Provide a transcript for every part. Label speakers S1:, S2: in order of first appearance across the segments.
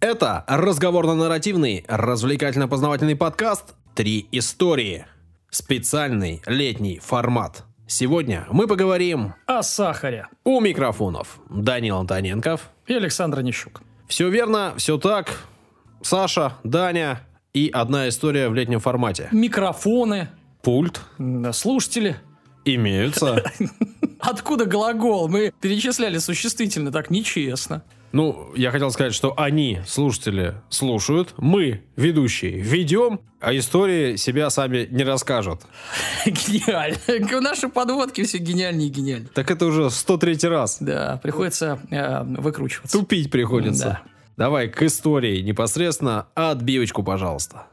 S1: Это разговорно-нарративный, развлекательно-познавательный подкаст «Три истории». Специальный летний формат. Сегодня мы поговорим
S2: о сахаре
S1: у микрофонов. Данил Антоненков.
S2: и Александра Нищук.
S1: Все верно, все так. Саша, Даня и одна история в летнем формате.
S2: Микрофоны,
S1: Пульт
S2: м, слушатели.
S1: имеются.
S2: Откуда глагол? Мы перечисляли существительно, так нечестно.
S1: Ну, я хотел сказать, что они, слушатели, слушают, мы, ведущие, ведем, а истории себя сами не расскажут.
S2: Гениально. Наши подводки все гениальнее и гениальнее.
S1: Так это уже 103 раз.
S2: Да, приходится э, выкручиваться.
S1: Тупить приходится.
S2: Да.
S1: Давай к истории непосредственно отбивочку, пожалуйста.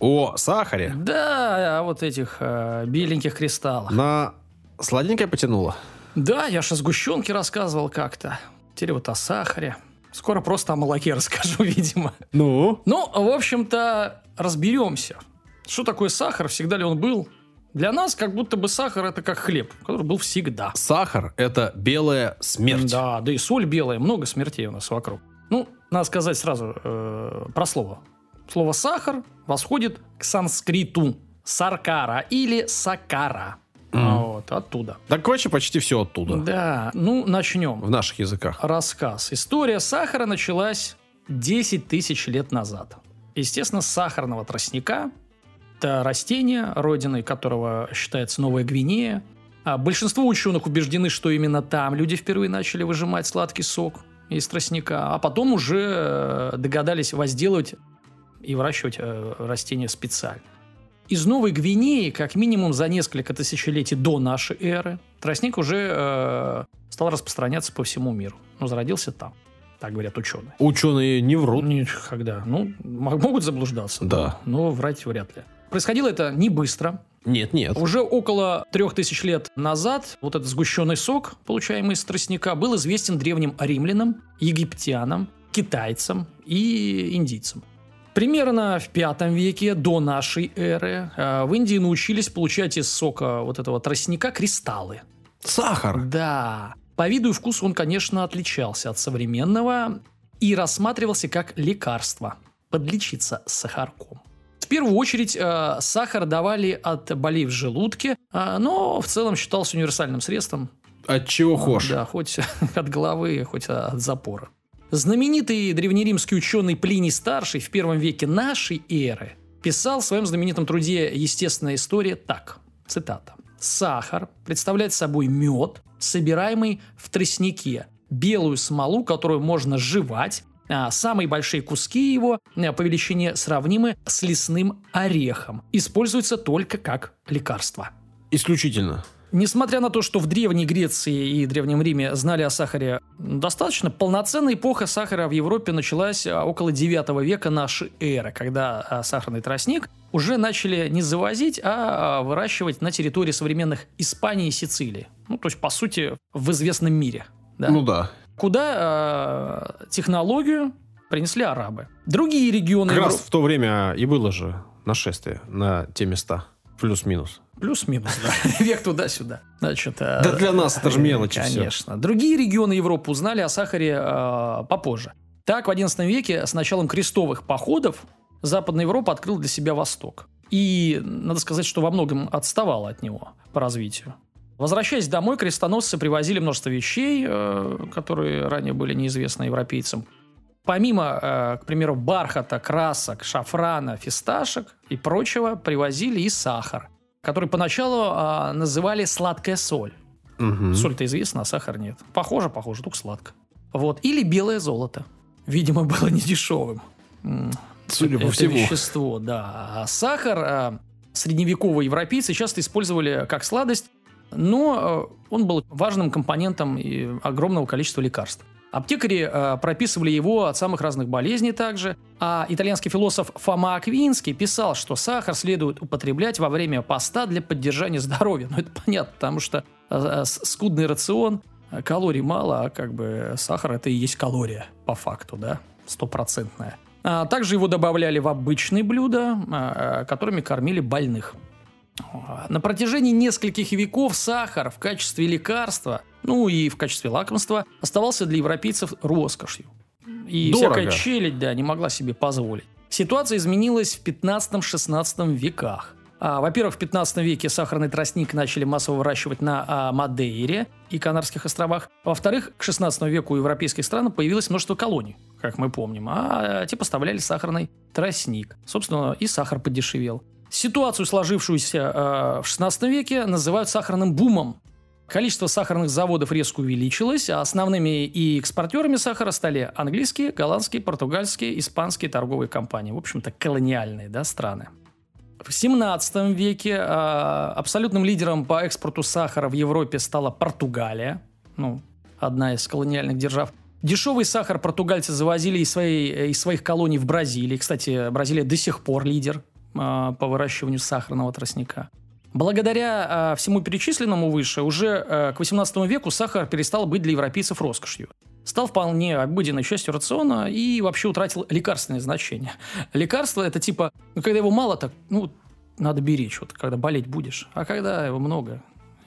S1: О сахаре
S2: Да, о вот этих э, беленьких кристаллах.
S1: на сладенькое потянуло.
S2: Да, я же о сгущенке рассказывал как-то. Теперь вот о сахаре. Скоро просто о молоке расскажу, видимо.
S1: Ну?
S2: Ну, в общем-то, разберемся. Что такое сахар, всегда ли он был? Для нас как будто бы сахар это как хлеб, который был всегда.
S1: Сахар – это белая смерть.
S2: Да, да и соль белая, много смертей у нас вокруг. Ну, надо сказать сразу э, про слово. Слово сахар восходит к санскриту саркара или сакара.
S1: М.
S2: Вот, оттуда.
S1: Так, короче, почти все оттуда.
S2: Да, ну начнем.
S1: В наших языках.
S2: Рассказ. История сахара началась 10 тысяч лет назад. Естественно, с сахарного тростника, это растение, родиной которого считается Новая Гвинея. А большинство ученых убеждены, что именно там люди впервые начали выжимать сладкий сок из тростника, а потом уже э, догадались возделывать и выращивать э, растения специально. Из Новой Гвинеи, как минимум за несколько тысячелетий до нашей эры, тростник уже э, стал распространяться по всему миру. Но зародился там, так говорят ученые.
S1: Ученые не врут.
S2: Никогда. Ну, м- могут заблуждаться.
S1: Да.
S2: Но врать вряд ли. Происходило это не быстро.
S1: Нет, нет.
S2: Уже около трех тысяч лет назад вот этот сгущенный сок, получаемый из тростника, был известен древним римлянам, египтянам, китайцам и индийцам. Примерно в пятом веке до нашей эры э, в Индии научились получать из сока вот этого тростника кристаллы.
S1: Сахар.
S2: Да. По виду и вкусу он, конечно, отличался от современного и рассматривался как лекарство. Подлечиться с сахарком. В первую очередь э, сахар давали от болей в желудке, а, но в целом считался универсальным средством.
S1: От чего хошь.
S2: А, Да, хоть от головы, хоть от запора. Знаменитый древнеримский ученый Плиний Старший в первом веке нашей эры писал в своем знаменитом труде «Естественная история» так, цитата. «Сахар представляет собой мед, собираемый в тростнике, белую смолу, которую можно жевать, а самые большие куски его а, по величине сравнимы с лесным орехом. Используется только как лекарство».
S1: Исключительно.
S2: Несмотря на то, что в Древней Греции и Древнем Риме знали о сахаре достаточно, полноценная эпоха сахара в Европе началась а, около 9 века нашей эры, когда а, сахарный тростник уже начали не завозить, а а, выращивать на территории современных Испании и Сицилии. Ну, то есть, по сути, в известном мире. Да?
S1: Ну да.
S2: Куда а, технологию принесли арабы. Другие регионы...
S1: Как раз
S2: Евро-
S1: в то время и было же нашествие на те места. Плюс-минус.
S2: Плюс-минус, да. Век туда-сюда. Значит, э,
S1: Да для нас это ж мелочи всё.
S2: Конечно. Другие регионы Европы узнали о сахаре э, попозже. Так, в XI веке с началом крестовых походов Западная Европа открыла для себя Восток. И, надо сказать, что во многом отставала от него по развитию. Возвращаясь домой, крестоносцы привозили множество вещей, э, которые ранее были неизвестны европейцам. Помимо, э, к примеру, бархата, красок, шафрана, фисташек и прочего, привозили и сахар, который поначалу а, называли сладкая соль.
S1: Мгм.
S2: Соль-то известна, а сахар нет. Похоже, похоже, только сладко. Вот. Или белое золото. Видимо, было недешевым. М,
S1: Судя по
S2: это
S1: всему.
S2: вещество, да. А Сахар а, средневековые европейцы часто использовали как сладость, но э, он был важным компонентом и огромного количества лекарств. Аптекари э, прописывали его от самых разных болезней также, а итальянский философ Фома Аквинский писал, что сахар следует употреблять во время поста для поддержания здоровья. Ну, это понятно, потому что э, э, с- скудный рацион, э, калорий мало, а как бы сахар это и есть калория по факту, да, стопроцентная. А также его добавляли в обычные блюда, а, а, которыми кормили больных. А, На протяжении нескольких веков сахар в качестве лекарства ну и в качестве лакомства, оставался для европейцев роскошью. И
S1: Дорого.
S2: всякая челядь, да, не могла себе позволить. Ситуация изменилась в 15-16 веках. А, во-первых, в 15 веке сахарный тростник начали массово выращивать на а, Мадейре и Канарских островах. Во-вторых, к 16 веку у европейских стран появилось множество колоний, как мы помним, а те поставляли сахарный тростник. Собственно, и сахар подешевел. Ситуацию, сложившуюся э, в 16 веке, называют сахарным бумом. Количество сахарных заводов резко увеличилось, а основными и экспортерами сахара стали английские, голландские, португальские, испанские торговые компании. В общем-то, колониальные да, страны. В 17 веке э, абсолютным лидером по экспорту сахара в Европе стала Португалия, ну, одна из колониальных держав. Дешевый сахар португальцы завозили из, своей, э, из своих колоний в Бразилии. Кстати, Бразилия до сих пор лидер э, по выращиванию сахарного тростника. Благодаря э, всему перечисленному выше, уже э, к 18 веку сахар перестал быть для европейцев роскошью. Стал вполне обыденной частью рациона и вообще утратил лекарственное значение. Лекарство это типа, ну когда его мало, так, ну, надо беречь, вот когда болеть будешь. А когда его много,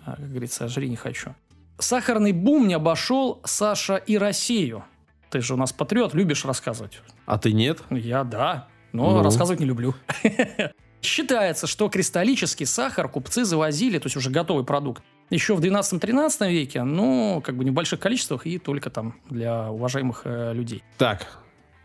S2: а, как говорится, жри не хочу. Сахарный бум не обошел Саша и Россию. Ты же у нас патриот, любишь рассказывать.
S1: А ты нет?
S2: Я да, но
S1: Ну.
S2: рассказывать не люблю. Считается, что кристаллический сахар купцы завозили, то есть уже готовый продукт, еще в 12-13 веке, но как бы не в больших количествах и только там для уважаемых э, людей.
S1: Так,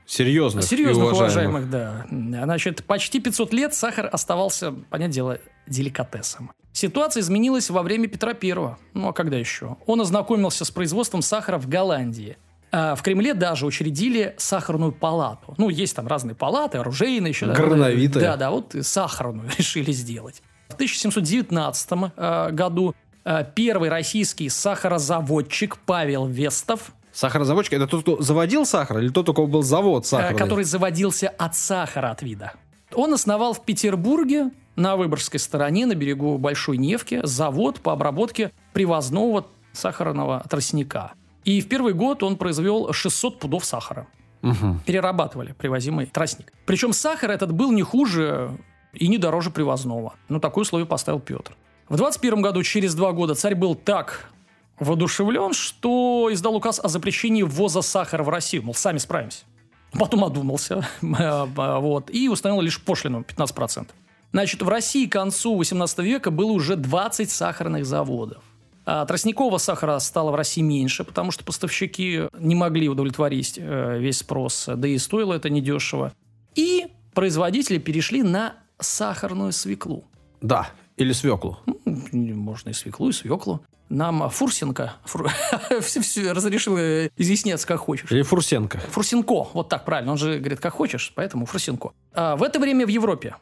S1: серьезных, и
S2: Серьезных
S1: уважаемых.
S2: уважаемых, да. Значит, почти 500 лет сахар оставался, понятное дело, деликатесом. Ситуация изменилась во время Петра Первого. Ну а когда еще? Он ознакомился с производством сахара в Голландии. А в Кремле даже учредили сахарную палату. Ну, есть там разные палаты, оружейные еще. да,
S1: Горновитые.
S2: Да, да, вот и сахарную решили сделать. В 1719 э, году э, первый российский сахарозаводчик Павел Вестов
S1: Сахарозаводчик – это тот, кто заводил сахар, или тот, у кого был завод
S2: э,
S1: сахарный?
S2: который заводился от сахара от вида. Он основал в Петербурге на Выборгской стороне, на берегу Большой Невки, завод по обработке привозного сахарного тростника. И в первый год он произвел 600 пудов сахара.
S1: Мгм.
S2: Перерабатывали привозимый тростник. Причем сахар этот был не хуже и не дороже привозного. Но такое условие поставил Петр. В 21 году, через два года, царь был так воодушевлен, что издал указ о запрещении ввоза сахара в Россию. Мол, сами справимся. Потом одумался. э, вот, и установил лишь пошлину 15%. Значит, в России к концу 18 века было уже 20 сахарных заводов. А тростникового сахара стало в России меньше, потому что поставщики не могли удовлетворить э, весь спрос, да и стоило это недешево. И производители перешли на сахарную свеклу.
S1: Да, или свеклу.
S2: М, Можно и свеклу, и свеклу. Нам Фурсенко Фур- всё- всё разрешил э, изъясняться как хочешь.
S1: Или Фурсенко.
S2: Фурсенко, вот так правильно, он же говорит, как хочешь, поэтому Фурсенко. А в это время в Европе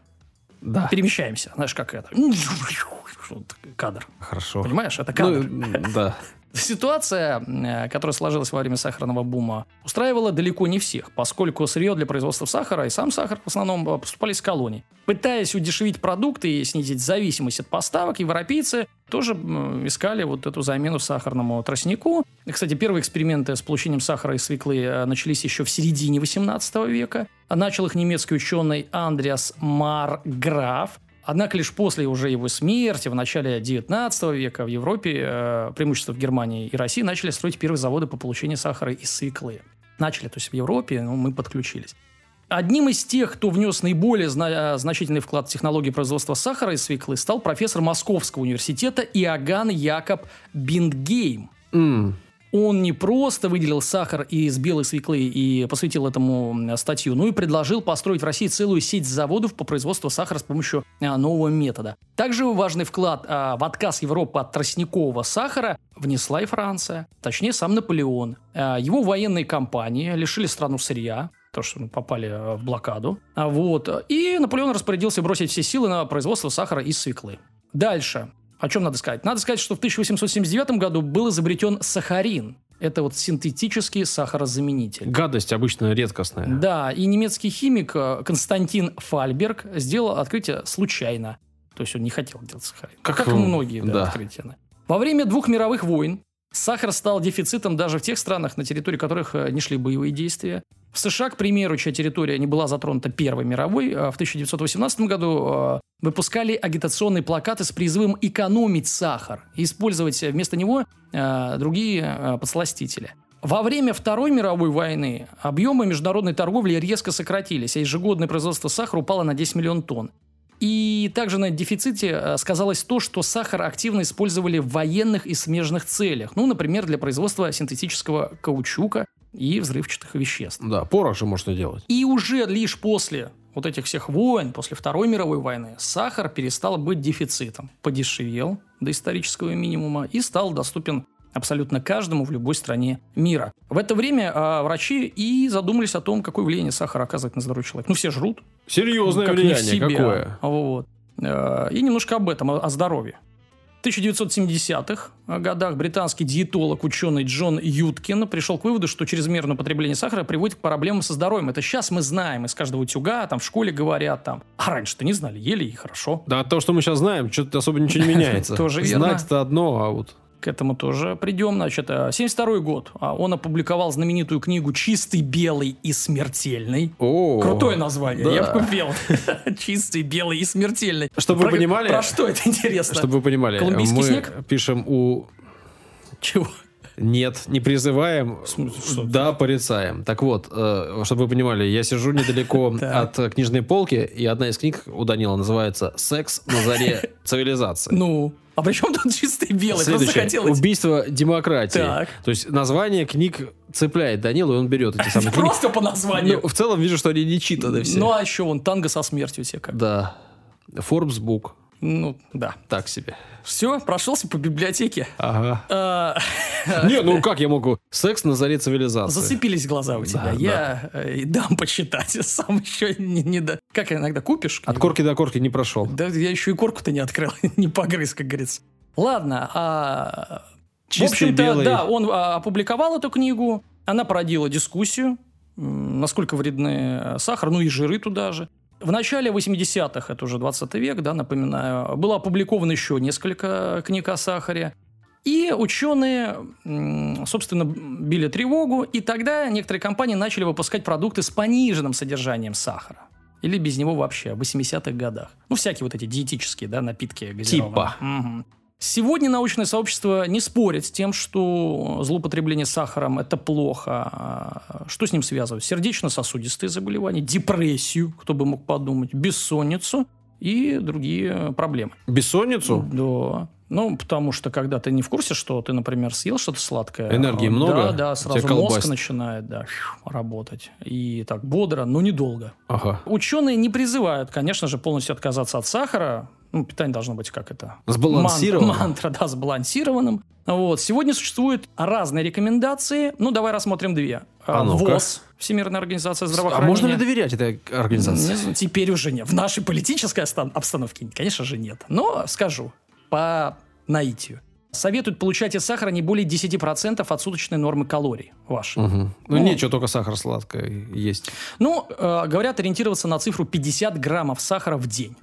S1: Да.
S2: перемещаемся, знаешь, как это. Вот Кадр.
S1: Хорошо.
S2: Понимаешь, это кадр.
S1: Ну, да.
S2: Ситуация, э, которая сложилась во время сахарного бума, устраивала далеко не всех, поскольку сырье для производства сахара и сам сахар в основном э, поступали из колоний. Пытаясь удешевить продукты и снизить зависимость от поставок, европейцы тоже м, искали вот эту замену сахарному тростнику. И, Кстати, первые эксперименты с получением сахара из свеклы э, начались еще в середине 18 века. А Начал их немецкий ученый Андреас Марграф. Однако лишь после уже его смерти, в начале 19 века, в Европе, э, преимущество в Германии и России, начали строить первые заводы по получению сахара из свеклы. Начали, то есть в Европе, ну, мы подключились. Одним из тех, кто внес наиболее зна- э, значительный вклад в технологии производства сахара из свеклы, стал профессор Московского университета Иоганн Якоб Биндгейм.
S1: М,
S2: Он не просто выделил сахар из белой свеклы и посвятил этому м, статью, но и предложил построить в России целую сеть заводов по производству сахара с помощью а, нового метода. Также важный вклад а, в отказ Европы от тростникового сахара внесла и Франция, точнее сам Наполеон. А, Его военные компании лишили страну сырья, то, что мы попали э, в блокаду. А Вот. И Наполеон распорядился бросить все силы на производство сахара из свеклы. Дальше. О чем надо сказать? Надо сказать, что в 1879 году был изобретен сахарин. Это вот синтетический сахарозаменитель.
S1: Гадость обычно редкостная.
S2: Да, и немецкий химик э, Константин Фальберг сделал открытие случайно. То есть он не хотел делать сахарин.
S1: Как
S2: Как, и
S1: он-
S2: многие да,
S1: да.
S2: открытия. да. Во время двух мировых войн сахар стал дефицитом даже в тех странах, на территории которых э, не шли боевые действия. В США, к примеру, чья территория не была затронута Первой мировой, э, в 1918 году э, выпускали агитационные плакаты с призывом экономить сахар и использовать вместо него э, другие э, подсластители. Во время Второй мировой войны объемы международной торговли резко сократились, а ежегодное производство сахара упало на 10 миллионов тонн. И также на дефиците э, сказалось то, что сахар активно использовали в военных и смежных целях. Ну, например, для производства синтетического каучука и взрывчатых веществ.
S1: Да, порох же можно делать.
S2: И уже лишь после вот этих всех войн, после Второй мировой войны, сахар перестал быть дефицитом, подешевел до исторического минимума и стал доступен абсолютно каждому в любой стране мира. В это время э, врачи и задумались о том, какое влияние сахар оказывает на здоровье человека. Ну, все жрут,
S1: Серьезное
S2: как не в
S1: влияние
S2: себе.
S1: какое?
S2: Вот. Э, И немножко об этом, о о здоровье. В 1970-х годах британский диетолог, ученый Джон Юткин пришел к выводу, что чрезмерное употребление сахара приводит к проблемам со здоровьем. Это сейчас мы знаем из каждого утюга, там в школе говорят, там. А раньше-то не знали, ели и хорошо.
S1: Да, то, что мы сейчас знаем, что-то особо ничего не меняется.
S2: Тоже верно.
S1: Знать-то одно, а вот...
S2: К этому тоже придем. Значит, 72 год. А Он опубликовал знаменитую книгу «Чистый, белый и смертельный».
S1: О,
S2: Крутое название, я
S1: да.
S2: бы купил. Чистый, белый и смертельный.
S1: Чтобы вы
S2: Про-
S1: понимали-
S2: Про что это интересно?
S1: Чтобы вы понимали,
S2: Колумбийский
S1: мы
S2: снег?
S1: пишем у...
S2: Чего?
S1: Нет, не призываем,
S2: смысле, что
S1: да, порицаем. Так вот, э, чтобы вы понимали, я сижу недалеко
S2: Так.
S1: от э, книжной полки, и одна из книг у Данила называется «Секс на заре цивилизации».
S2: Ну, а при чем тут чистый белый? Просто
S1: Следующее.
S2: хотелось...
S1: Убийство демократии.
S2: Так.
S1: То есть название книг цепляет Данилу, и он берет эти самые книги.
S2: Просто по названию.
S1: Ну, в целом вижу, что они не читаны все.
S2: Ну, а еще вон танго со смертью тебе как.
S1: Да. Forbes Book.
S2: Ну, да.
S1: Так себе.
S2: Все, прошелся по библиотеке.
S1: Ага.
S2: А,
S1: Не, ну как я могу? Секс на заре цивилизации.
S2: Зацепились глаза у тебя.
S1: Да,
S2: Я э, и дам почитать. я Сам еще не, не до- Как иногда купишь?
S1: От
S2: книгу?
S1: корки до корки не прошел.
S2: Да я еще и корку-то не открыл, не погрыз, как говорится. Ладно, а...
S1: Чистый
S2: в общем-то,
S1: белый.
S2: да, он а, опубликовал эту книгу, она породила дискуссию, м, насколько вредны э, сахар, ну и жиры туда же. В начале 80-х, это уже 20 век, да, напоминаю, было опубликовано еще несколько книг о сахаре. И ученые, м, собственно, били тревогу, и тогда некоторые компании начали выпускать продукты с пониженным содержанием сахара. Или без него вообще, в 80-х годах. Ну, всякие вот эти диетические, да, напитки газированные.
S1: Типа.
S2: Мгм. Сегодня научное сообщество не спорит с тем, что злоупотребление сахаром – это плохо. А, Что с ним связывают? Сердечно-сосудистые заболевания, депрессию, кто бы мог подумать, бессонницу и другие проблемы.
S1: Бессонницу?
S2: Да. Ну, потому что когда ты не в курсе, что ты, например, съел что-то сладкое.
S1: Энергии
S2: а,
S1: много,
S2: Да, да,
S1: тебя
S2: сразу мозг
S1: колбасит.
S2: начинает да, работать. И так бодро, но недолго.
S1: Ага.
S2: Ученые не призывают, конечно же, полностью отказаться от сахара. Ну, питание должно быть как это?
S1: Сбалансировано.
S2: Мантра, мантра, да, сбалансированным. Вот. Сегодня существуют разные рекомендации. Ну, давай рассмотрим две.
S1: А
S2: А,
S1: ну-ка.
S2: ВОЗ, Всемирная организация
S1: А
S2: здравоохранения.
S1: можно ли доверять этой
S2: Не
S1: организации?
S2: знаю, теперь уже нет. В нашей политической остан- обстановке, конечно же, нет. Но скажу, по наитию. Советуют получать из сахара не более 10% от суточной нормы калорий вашей.
S1: Мгм. Ну,
S2: Ну.
S1: нечего, только сахар сладкое есть. А
S2: Ну, э, говорят, ориентироваться на цифру 50 граммов сахара в день.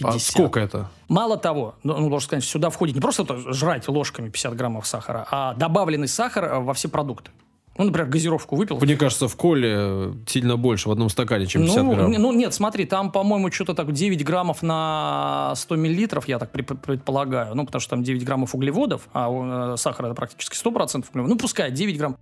S1: А
S2: 50.
S1: сколько это?
S2: Мало того, ну, ну, можно сказать, сюда входит не просто то жрать ложками 50 граммов сахара, а добавленный сахар э, во все продукты. Ну, например, газировку выпил.
S1: Мне кажется, в коле э, сильно больше в одном стакане, чем 50
S2: ну,
S1: грамм.
S2: не- ну, нет, смотри, там, по-моему, что-то так 9 граммов на 100 миллилитров, я так пред- предполагаю. Ну, потому что там 9 граммов углеводов, а у, э, сахара это практически 100% углеводов. Ну, пускай 9 грамм.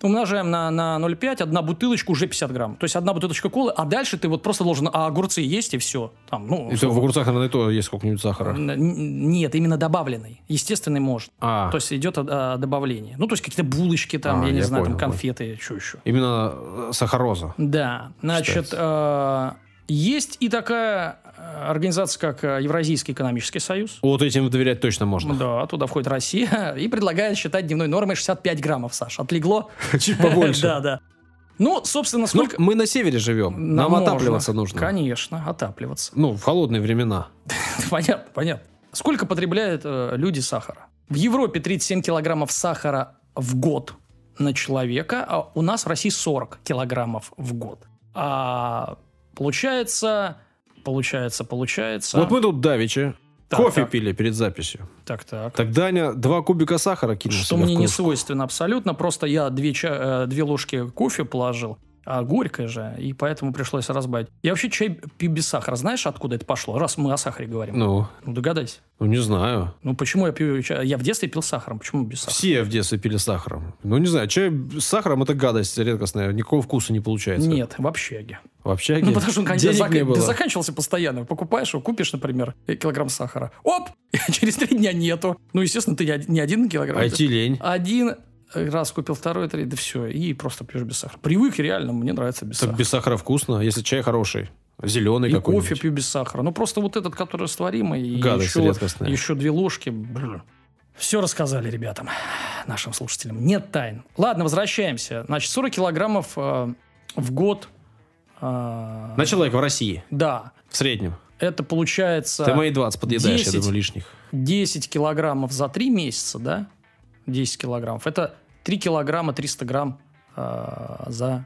S2: Умножаем на, на 0,5, одна бутылочка уже 50 грамм. То есть одна бутылочка колы, а дальше ты вот просто должен а, огурцы есть и все. Там, ну,
S1: И то в огурцах, наверное, и то есть сколько-нибудь сахара.
S2: н- н- нет, именно добавленный. Естественный может.
S1: А,
S2: То есть идет а, добавление. Ну, то есть какие-то булочки там,
S1: А,
S2: я не
S1: я
S2: знаю,
S1: понял,
S2: там конфеты, что еще.
S1: именно э, сахароза.
S2: Да, значит, э, есть и такая э, организация, как э, Евразийский экономический союз.
S1: Вот этим доверять точно можно.
S2: Да, туда входит Россия и предлагает считать дневной нормой 65 граммов, Саш. Отлегло?
S1: Чуть побольше.
S2: Да, да. Ну, собственно,
S1: Ну,
S2: сколько...
S1: мы на севере живем. Нам
S2: можно.
S1: отапливаться нужно.
S2: Конечно, отапливаться.
S1: Ну, в холодные времена.
S2: Понятно, понятно. Сколько потребляют э, люди сахара? В Европе 37 килограммов сахара в год на человека, а у нас в России 40 килограммов в год. А получается, получается, получается...
S1: Вот мы тут давеча
S2: Так,
S1: кофе
S2: так.
S1: пили перед записью.
S2: Так, так.
S1: Так Даня два кубика сахара кинул
S2: что
S1: себе в
S2: мне не
S1: кружку.
S2: свойственно абсолютно. Просто я две, ча- э, две ложки кофе положил, а горькое же, и поэтому пришлось разбавить. Я вообще чай пью без сахара. Знаешь, откуда это пошло, раз мы о сахаре говорим?
S1: Ну,
S2: Ну, догадайся.
S1: ну, не знаю.
S2: Ну, почему я пью чай? Я в детстве пил с сахаром, почему без сахара?
S1: Все в детстве пили с сахаром. Ну, не знаю, чай с сахаром это гадость редкостная. Никакого вкуса не получается.
S2: Нет, в общаге.
S1: В общаге
S2: Ну, потому что он, конечно,
S1: денег
S2: зак-
S1: не было.
S2: да заканчивался постоянно. Покупаешь его, купишь, например, э, килограмм сахара. Оп! Через три дня нету. Ну, естественно, ты не од- не один килограмм.
S1: IT А
S2: А,
S1: лень.
S2: Один раз купил, второй, третий, да все. И просто пьешь без сахара. Привык реально, мне нравится без
S1: Так
S2: сахара.
S1: без сахара вкусно, если чай хороший. Зеленый
S2: И
S1: какой-нибудь.
S2: кофе пью без сахара. Ну, просто вот этот, который растворимый, и
S1: Гадость
S2: еще,
S1: редкостная.
S2: еще две ложки. Все рассказали ребятам, нашим слушателям. Нет тайн. Ладно, возвращаемся. Значит, 40 килограммов э, в год. э,
S1: На человека в России
S2: Да.
S1: в среднем.
S2: Это получается...
S1: Ты мои 20 подъедаешь, я
S2: 10.
S1: думаю, лишних.
S2: 10 килограммов за 3 месяца, да? 10 килограммов. Это 3 килограмма 300 грамм э, за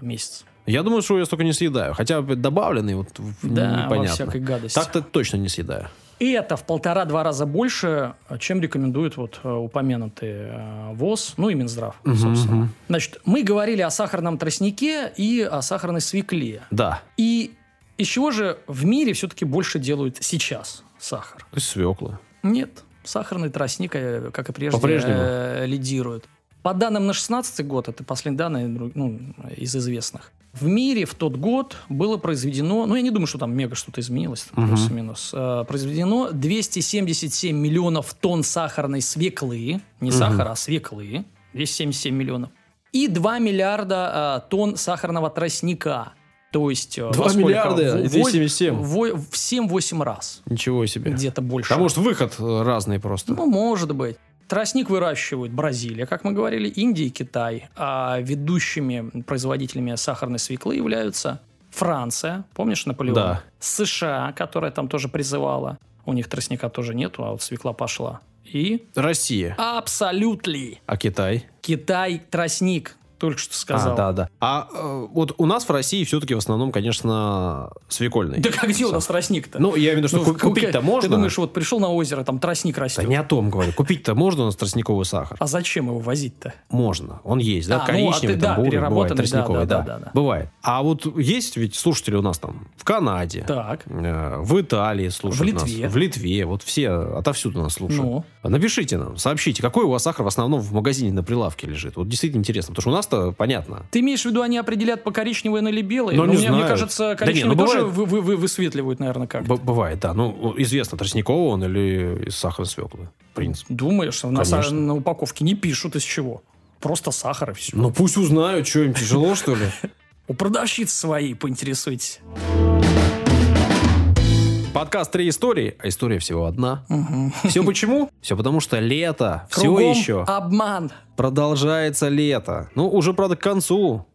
S2: месяц.
S1: Я думаю, что я столько не съедаю. Хотя бы добавленный, вот в-
S2: Да, во
S1: непонятно.
S2: всякой гадости.
S1: Так-то точно не съедаю.
S2: И это в полтора-два раза больше, чем рекомендует вот э, упомянутый э, ВОЗ, ну и Минздрав, собственно.
S1: Мгм.
S2: Значит, мы говорили о сахарном тростнике и о сахарной свекле.
S1: Да.
S2: И из чего же в мире все-таки больше делают сейчас сахар?
S1: То есть свекла.
S2: Нет, сахарный тростник, э, как и прежде,
S1: По-прежнему?
S2: э, лидирует. По данным на 16 год, это последние данные дру- ну, из известных, в мире в тот год было произведено, ну я не думаю, что там мега что-то изменилось, там
S1: Мгм.
S2: плюс-минус, э, произведено 277 миллионов тонн сахарной свеклы,
S1: Мгм.
S2: не сахара, а свеклы, 277 миллионов, и 2 миллиарда э, тонн сахарного тростника. То есть... э,
S1: 2
S2: во сколько?
S1: миллиарда
S2: Во-
S1: и 277.
S2: во- В 7-8 раз
S1: Ничего себе.
S2: где-то больше.
S1: Потому что выход э, разный просто.
S2: Ну, может быть. Тростник выращивают Бразилия, как мы говорили, Индия и Китай. А ведущими производителями сахарной свеклы являются Франция, помнишь Наполеон?
S1: Да.
S2: США, которая там тоже призывала. У них тростника тоже нету, а вот свекла пошла. И
S1: Россия.
S2: а абсолютно
S1: А Китай?
S2: Китай тростник, только что сказал.
S1: А, да, да. А э, вот у нас в России все-таки в основном, конечно, свекольный.
S2: Да как где у нас тростник-то?
S1: Ну, я имею в виду, что
S2: Ну,
S1: ку-
S2: в-
S1: купить-то
S2: ты
S1: можно.
S2: думаешь, вот пришел на озеро, там тростник
S1: Да
S2: растет.
S1: не о том говорю. Купить-то можно у нас тростниковый сахар?
S2: А зачем его возить-то?
S1: Можно. Он есть, да,
S2: А, ну, а
S1: коричневый, там,
S2: ты, да,
S1: бурый, бывает,
S2: переработанный,
S1: тростниковый, да,
S2: да, да, да, да.
S1: Бывает. А вот есть ведь слушатели у нас там в Канаде,
S2: Так,
S1: э, в Италии слушают
S2: В Литве.
S1: нас, в Литве, вот все отовсюду нас слушают.
S2: ну,
S1: Напишите нам, сообщите, какой у вас сахар в основном в магазине на прилавке лежит. Вот действительно интересно, потому что у нас-то понятно.
S2: Ты имеешь в виду, они определят по коричневой или белой?
S1: Но Ну, не
S2: мне, мне
S1: знают.
S2: кажется,
S1: Да не, ну,
S2: коричневый тоже
S1: бывает.
S2: вы, вы- вы- высветливают, наверное, как
S1: Б- бывает, да. Ну, известно, тростниковый он или из сахара свеклы, в принципе.
S2: Думаешь, на, са-
S1: Конечно.
S2: на упаковке не пишут из чего. Просто сахар и все.
S1: Ну, пусть узнают, что им тяжело, что ли.
S2: У продавщиц своей поинтересуйтесь.
S1: Подкаст «Три истории», а история всего одна.
S2: Мгм.
S1: Все почему? Все потому, что лето все
S2: Кругом
S1: еще
S2: обман.
S1: продолжается лето. Ну, уже, правда, к концу.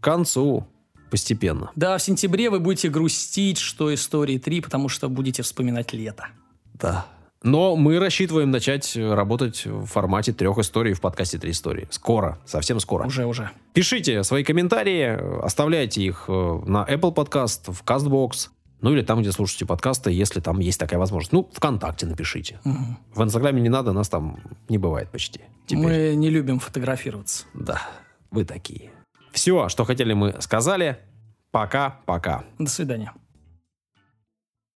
S1: К концу. Постепенно.
S2: Да, в сентябре вы будете грустить, что истории 3, потому что будете вспоминать лето.
S1: Да. Но мы рассчитываем начать э, работать в формате трех историй в подкасте «Три истории». Скоро, совсем скоро.
S2: Уже, уже.
S1: Пишите свои комментарии, э, оставляйте их э, на Apple Podcast, в CastBox, ну или там, где слушаете подкасты, если там есть такая возможность. Ну, ВКонтакте напишите.
S2: Мгм.
S1: В Инстаграме не надо, нас там не бывает почти. Теперь.
S2: Мы не любим фотографироваться.
S1: Да, вы такие. Все, что хотели, мы сказали. Пока-пока.
S2: До свидания.